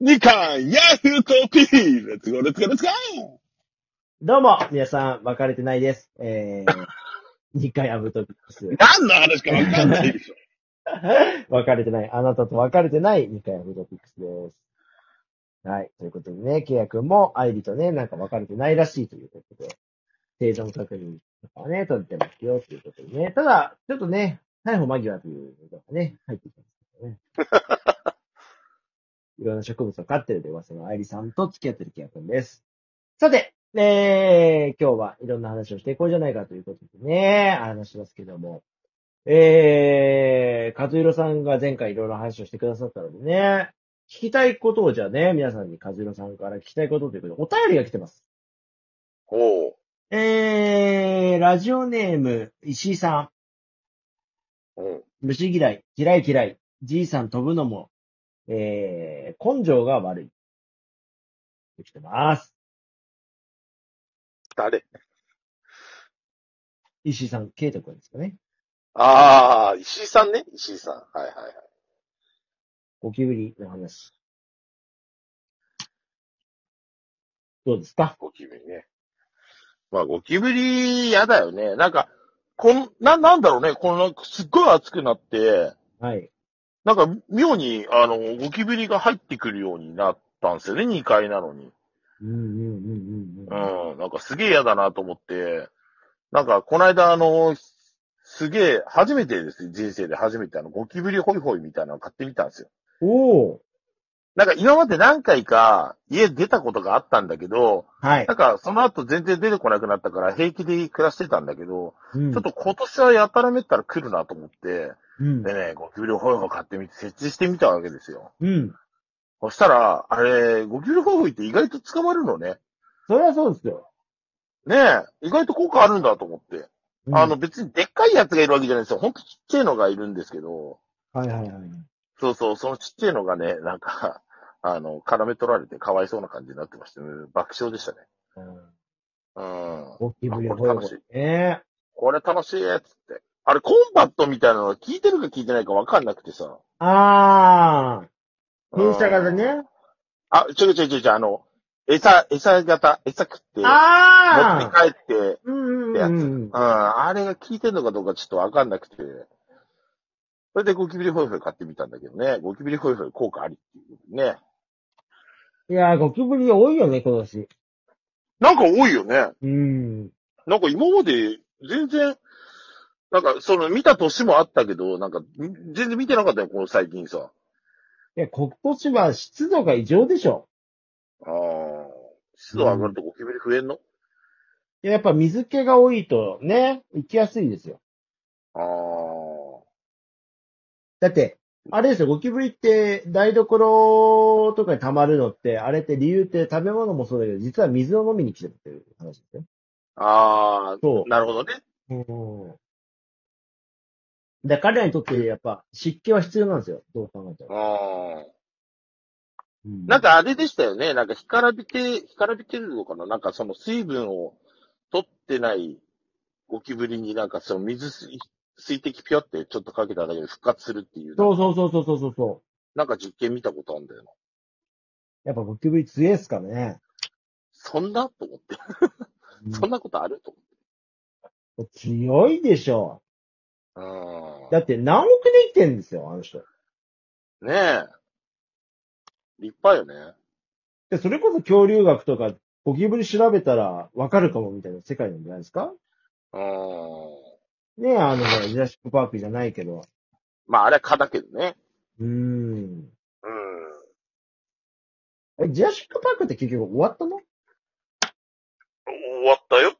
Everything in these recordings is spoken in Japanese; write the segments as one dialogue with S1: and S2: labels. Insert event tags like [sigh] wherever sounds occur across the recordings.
S1: 二巻、ヤフコピーレッツゴーレッツゴーレッツゴー
S2: どうも、皆さん、別れてないです。えー、二回アブトピックス。
S1: 何の話かわかんないでしょ。
S2: 別れてない。あなたと別れてない二回アブトピックスです。はい。ということでね、ケイヤ君もアイリとね、なんか別れてないらしいということで、生存確認とかはね、取ってますよということでね。ただ、ちょっとね、逮捕間際というのがね、入ってきますけどね。 [laughs] いろんな植物を飼ってるという噂のアイリさんと付き合ってるケイヤ君です。さて、えー、今日はいろんな話をしていこうじゃないかということでね、話しますけども。えー、和弘さんが前回いろいろ話をしてくださったのでね、聞きたいことをじゃあね、皆さんに和弘さんから聞きたいことということで、お便りが来てます。
S1: おう。
S2: えー、ラジオネーム、石井さん。
S1: うん。
S2: 虫嫌い、嫌い嫌い、じいさん飛ぶのも、えー、根性が悪い。来てます。
S1: 誰
S2: 石井さん、ケイト君ですかね。
S1: ああ、石井さんね。石井さん。はいはいはい。
S2: ゴキブリの話。どうですか
S1: ゴキブリね。まあ、ゴキブリ、嫌だよね。なんか、こん、な、なんだろうね。この、すっごい暑くなって、
S2: はい。
S1: なんか、妙に、あの、ゴキブリが入ってくるようになったんですよね。2階なのに。
S2: うんうんうんうんうん。
S1: うん、なんかすげえ嫌だなと思って、なんかこの間あの、すげえ、初めてです、人生で初めてあの、ゴキブリホイホイみたいなの買ってみたんですよ。
S2: おお
S1: なんか今まで何回か家出たことがあったんだけど、
S2: はい
S1: な。んかその後全然出てこなくなったから平気で暮らしてたんだけど、
S2: ち
S1: ちょ
S2: ょ
S1: っ、と今年はやたらめったら来るなと思って、
S2: うん。
S1: でね、ゴキブリホイホイ買ってみて設置してみたわけですよ。
S2: うん。
S1: そしたら、あれ、ゴキブリホイホイって意外と捕まるのね。
S2: それはそうですよ。
S1: ねえ、意外と効果あるんだと思って。
S2: うん
S1: あの、、別にでっかいやつがいるわけじゃないんですよ。ほんとちっちゃいのがいるんですけど、
S2: はいはいはい。
S1: そうそう、そのちっちゃいのがね、なんか、 [laughs] あの、絡め取られてかわいそうな感じになってましたね。爆笑でしたね。
S2: うん
S1: うん。
S2: ゴキブリホイホイ。ね
S1: これ楽しいやつって。あれ、コンバットみたいなの聞いてるか聞いてないかわかんなくてさ。
S2: あー。
S1: うん
S2: 噴射型。ね。
S1: あ、ちょいちょいちょいちょい、あの、餌、餌型、餌食って、持って
S2: あー。
S1: 帰って、うん、
S2: うんうん
S1: やつ
S2: うん。
S1: あれが効いてんのかどうかちょっとわかんなくて。それでゴキブリホイホイ買ってみたんだけどね。ゴキブリホイホイ効果ありっていうことでね。
S2: いやー、ゴキブリ多いよね、今年。
S1: なんか多いよね。
S2: うん。
S1: なんか今まで全然、なんかその見た年もあったけど、なんか全然見てなかったよ、この最近さ。
S2: いや、今年は湿度が異常でしょ。
S1: ああ。湿度上がるとゴキブリ増えんの、
S2: いややっぱ水気が多いとね、行きやすいですよ。だって、あれですよ、ゴキブリって台所とかに溜まるのって、あれって理由って食べ物もそうだけど、実は水を飲みに来てるっていう話ですね。
S1: ああ。ああ、
S2: そ
S1: なるほどね。
S2: う。うん。だから彼らにとってやっぱ湿気は必要なんですよ。どう考えたら。
S1: ああ。
S2: うん
S1: なん、かあれでしたよね。なんか干からびて、干からびてるのかななんかその水分を取ってないゴキブリになんかその水水水滴ピョってちょっとかけただけで復活するっていう。
S2: そうそうそうそうそうそうそ
S1: なんか実験見たことあるんだよな。
S2: う。やっぱゴキブリ強いですからね。
S1: そんなと思って。そんなことあると
S2: うん強いでしょ。
S1: 思って。
S2: だって何億で生きてんですよ、あの人。
S1: うん。ねえ。立派よね。
S2: で、それこそ恐竜学とか、ゴキブリ調べたらわかるかもみたいな世界なんじゃないですか
S1: うん。
S2: ねえ、あの、ほらジュラシックパークじゃないけど。
S1: まああれは蚊だけどね。
S2: うーん。
S1: うん。
S2: え、ジュラシックパークって結局終わったの
S1: 終わったよ。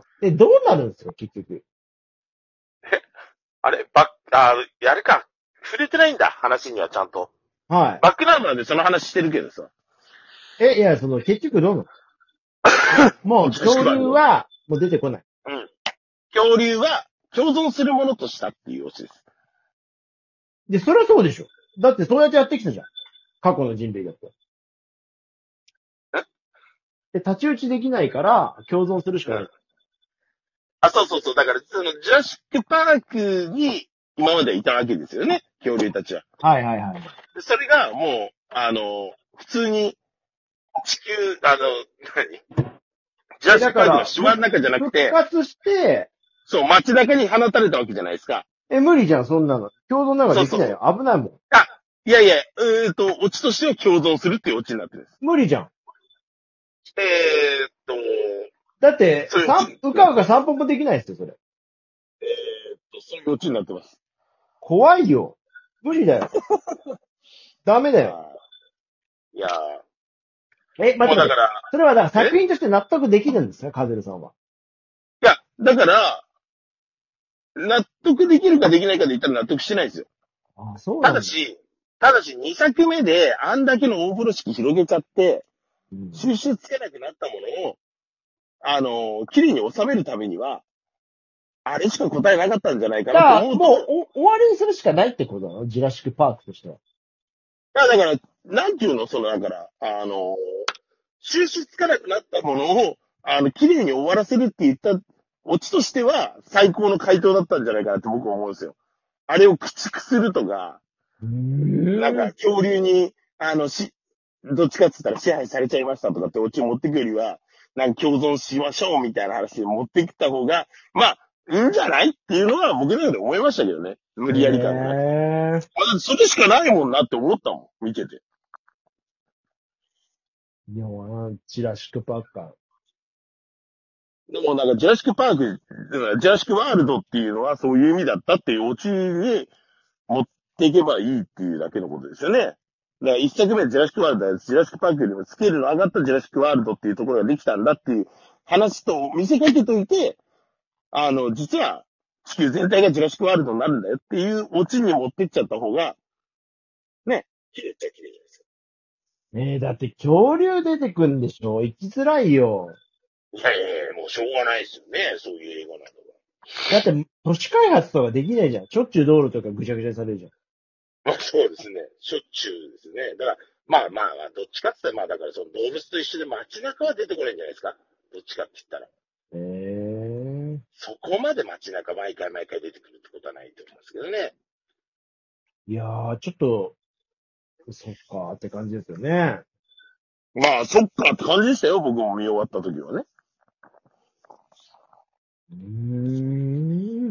S2: ああ。え、どうなるんですか、結局。
S1: あれ、バッ、あ、あれか。触れてないんだ。話にはちゃんと。
S2: は
S1: バックナンバーでその話してるけどさ。
S2: い。え、いや、その、結
S1: [laughs]
S2: 局どうなのもう、恐竜は、もう出てこない。
S1: 恐竜は共存するものとしたっていうオチです。
S2: で、そりゃそうでしょ。だって、そうやってやってきたじゃん。過去の人類だって。で、立ち打ちできないから、共存するしかない。
S1: あ、そうそうそう。だから、その、ジュラシックパークに今までいたわけですよね。恐竜たちは。
S2: はいはいはい。
S1: でそれがもあの、普通に、地球、あの、何ジャスパークの島の中じゃなく
S2: 復
S1: て、
S2: 活して、
S1: そう、街中に放たれたわけじゃないですか。
S2: え、無理じゃん、そんなの。共同なんかできないよ。危ないもん。
S1: いやいや、えー、と、オチとしては共存するっていうオチになってるんです。
S2: 無理じゃん。
S1: えー、っと、
S2: だって、
S1: そう
S2: さんうかうか散歩もできないですよ、それ。
S1: えー、っと、そういうオチになってます。
S2: 怖いよ。無理だよ。 [laughs] ダメだよ。
S1: いやー
S2: え、
S1: も
S2: 待
S1: う
S2: っ
S1: だ
S2: て
S1: か、ら、
S2: それはだから作品として納得できるんですね、カズルさんは。
S1: いや、だから、納得できるかできないかで言ったら納得してないですよ。
S2: ああ、そうな
S1: た
S2: んだ。
S1: だし、ただし2作目であんだけの大風呂敷広げちゃって、
S2: うん
S1: 収集つけなくなったものを、あの、綺麗に収めるためには、あれしか答えなかったんじゃないか
S2: だから、
S1: なと
S2: も
S1: 思
S2: う
S1: うと、
S2: お終わりにするしかないってことなのジュラシックパークとしては。
S1: いや、だから、なんていうの、その、だから、あの、収集つかなくなったものを、あの、綺麗に終わらせるって言った、オチとしては、最高の回答だったんじゃないかなって僕は思うんですよ。あれを駆逐するとか、な
S2: な
S1: んか、、恐竜に、あの、し、どっちかって言ったら支配されちゃいましたとかってオチを持ってくよりは、なんか共存しましょうみたいな話で持ってきた方が、まあ、いいんじゃないっていうのは僕の中で思いましたけどね。無理やり感が。
S2: へ
S1: あ
S2: ー
S1: だってそれしかないもんなって思ったもん、見てて。
S2: いや、わなジュラシックパークか。
S1: でもなんか、ジュラシックパーク、ジュラシックワールドっていうのはそういう意味だったっていうオチに持っていけばいいっていうだけのことですよね。だから一作目はジュラシックワールドだジュラシックパークよりもスケールの上がったジュラシックワールドっていうところができたんだっていう話と見せかけといて、あの、実は地球全体がジュラシックワールドになるんだよっていうオチに持ってっちゃった方が、ね、綺麗っちゃ綺麗じゃないですか。
S2: えー、だって恐竜出てくんでしょ行きづらいよ。
S1: いやいやいや、もうしょうがないですよね、そういう映画などは。
S2: だって、都市開発とかできないじゃん。しょっちゅう道路とかぐちゃぐちゃにされるじゃん。
S1: まあそうですね。しょっちゅうですね。だから、まあまあまあ、どっちかって言ったら、まあだからその動物と一緒で街中は出てこないんじゃないですか。どっちかって言ったら。
S2: えー、
S1: そこまで街中毎回毎回出てくるってことはないと思いますけどね。
S2: いやー、ちょっと、そっかーって感じですよね。
S1: まあ、そっかって感じでしたよ。僕も見終わった時はね。
S2: うーん。
S1: うん。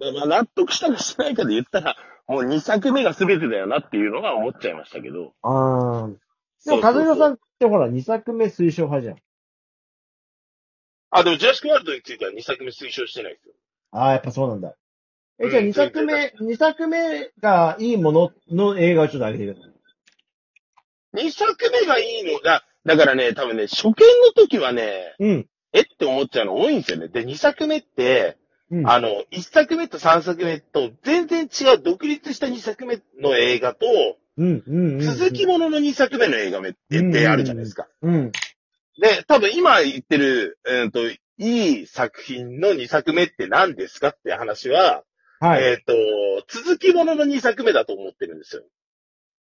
S1: だからまあ納得したかしないかで言ったら、もう2作目が全てだよなっていうのは思っちゃいましたけど。
S2: あー。でも、
S1: そう
S2: カ
S1: そう
S2: ズ
S1: そ
S2: ロ
S1: う
S2: さんってほら、2作目推奨派じゃん。
S1: あ、でもジュラシックワールドについては2作目推奨してないですよ。
S2: ああ、やっぱそうなんだ。え、
S1: うん
S2: じゃあ2作目、二作目がいいものの映画をちょっと上げてください。
S1: 2作目がいいのが、だからね、多分ね、初見の時はね、
S2: うん。
S1: えって思っちゃうの多いんですよね。で、2作目って、
S2: うん。
S1: あの、1作目と3作目と全然違う独立した2作目の映画と、
S2: うん、うん、うん。
S1: 続きものの2作目の映画目って出あるじゃないですか。
S2: うん。
S1: で、多分今言ってる、えっ、と、いい作品の2作目って何ですかって話は、
S2: はい。
S1: えっ、と、続きものの2作目だと思ってるんですよ。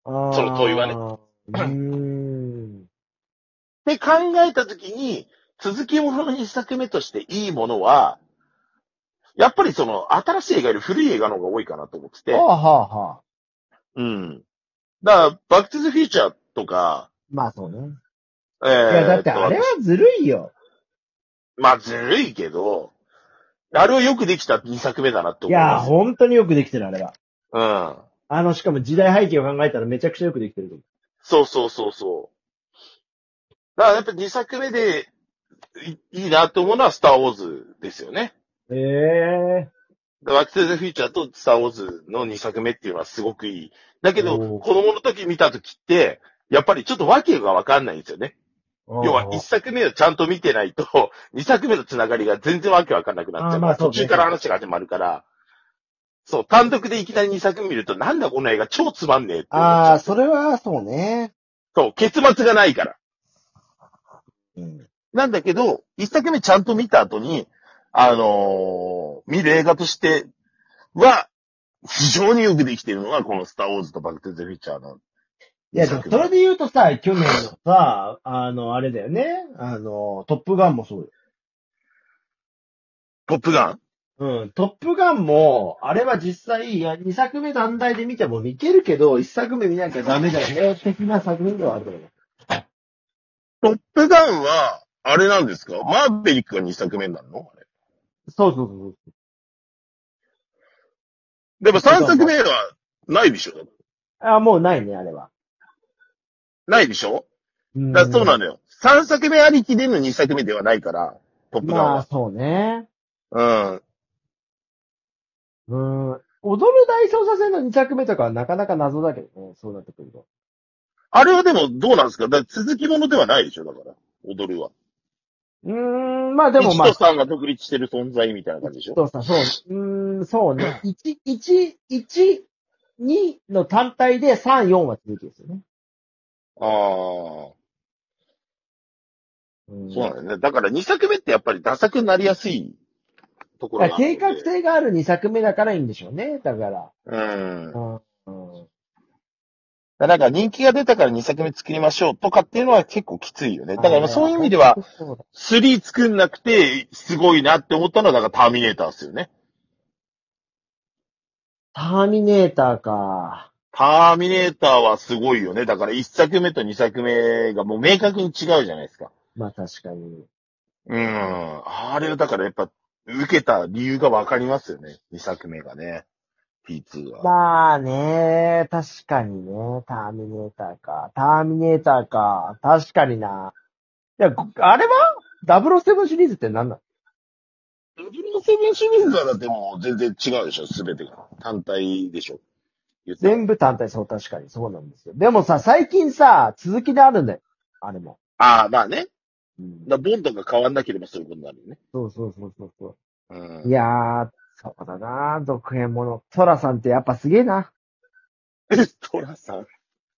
S2: あー
S1: その問いはね
S2: うーん。
S1: で、考えた時に、続きものの2作目としていいものは、やっぱりその、新しい映画より古い映画の方が多いかなと思ってて。
S2: はあはあはあ。
S1: うん。だから、バックトゥザフューチャーとか、
S2: まあそうね。
S1: えー
S2: いや、だってあれはずるいよ。
S1: まあ、ずるいけど、あれをよくできた2作目だなって
S2: い
S1: 思い
S2: や、
S1: ます。
S2: 本当によくできてる、あれは。
S1: うん。
S2: あの、しかも時代背景を考えたらめちゃくちゃよくできてると思
S1: そうそうそうそう。だからやっぱ2作目でいいいなと思うのはスターウォーズですよね。
S2: う。ええ
S1: バックトゥザフューチャーとスターウォーズの2作目っていうのはすごくいい。だけど、
S2: おー
S1: 子供の時見た時って、やっぱりちょっと訳がわかんないんですよね。
S2: ー。
S1: 要は一作目をちゃんと見てないと、 [laughs] 二作目のつながりが全然わけわかんなくなっちゃ
S2: あ
S1: うか
S2: ーま
S1: ら、
S2: あそう
S1: 途
S2: ね
S1: 中から話が始まるから、そう、単独でいきなり二作目見ると、なんだこの映画超つまんねえって思っち
S2: あ
S1: ゃ
S2: あ、
S1: う。
S2: それはそうね。
S1: そう、結末がないから。
S2: うん。
S1: なんだけど、一作目ちゃんと見た後に、あのー見る映画としては、非常によくできてるのが、このスターウォーズとバックテゼフィーチャーの。
S2: いや、でもそれで言うとさ、去年のさ、あの、あれだよね。あの、トップガンもそうよ。
S1: トップガン
S2: うん、トップガンも、あれは実際、いや、2作目団体で見ても見てるけど、1作目見なきゃダメだよね、的な作品ではあると思う。
S1: トップガンは、あれなんですかマーベリックが2作目になるのあれ
S2: そうそうそうそう。
S1: でも3作目はないでしょ
S2: あ、もうないね、あれは。
S1: ないでしょ
S2: うん
S1: だからそうなんだよ。3作目ありきでの2作目ではないから、トップガン
S2: まあ、
S1: は。
S2: そうね。
S1: うん。
S2: うん。踊る大捜査線の2作目とかはなかなか謎だけどね、そうなってくると。
S1: あれはでもどうなんですかだから続きものではないでしょだから、踊るは。
S2: うーん、まあでもまあ
S1: 一、とさんが独立してる存在みたいな感じでしょ
S2: そうさ、そう、うーん、そ
S1: [laughs]
S2: うね。1、1、1、2の単体で3、4は続きですよね。
S1: ああ。
S2: うん
S1: そうなんだよね。だから2作目ってやっぱりダ作になりやすいところ
S2: だ
S1: が
S2: から
S1: ある
S2: 計
S1: の
S2: 画
S1: で。
S2: 性がある2作目だからいいんでしょうね。だから。
S1: うん。
S2: うん。うん
S1: だからなんか人気が出たから2作目作りましょうとかっていうのは結構きついよね。だからまあそういう意味では、、
S2: そうだ
S1: 3作んなくてすごいなって思ったのはだからターミネーターですよね。
S2: ターミネーターか。
S1: ターミネーターはすごいよね。だから1作目と2作目がもう明確に違うじゃないですか。
S2: まあ確かに。
S1: うん。あれはだからやっぱ受けた理由がわかりますよね。2作目がね。P2 は。
S2: まあね、確かにね、ターミネーターか。ターミネーターか。確かにな。いや、こあれは ?007 シリーズって何なの
S1: ダブルセブンシリーズはだってもう全然違うでしょ、すべてが。単体でしょ。言ったら
S2: 全部単体、そう、確かに、そうなんですよ。でもさ、最近さ、続きであるんだよ。あれも。
S1: ああ、まあね。
S2: うん、
S1: だボンドが変わんなければそういうことになるよね。
S2: そうそうそうそうそう。
S1: う
S2: い
S1: ん。
S2: やー、そうだな続編もの。トラさんってやっぱすげえな。
S1: [laughs] トラさん。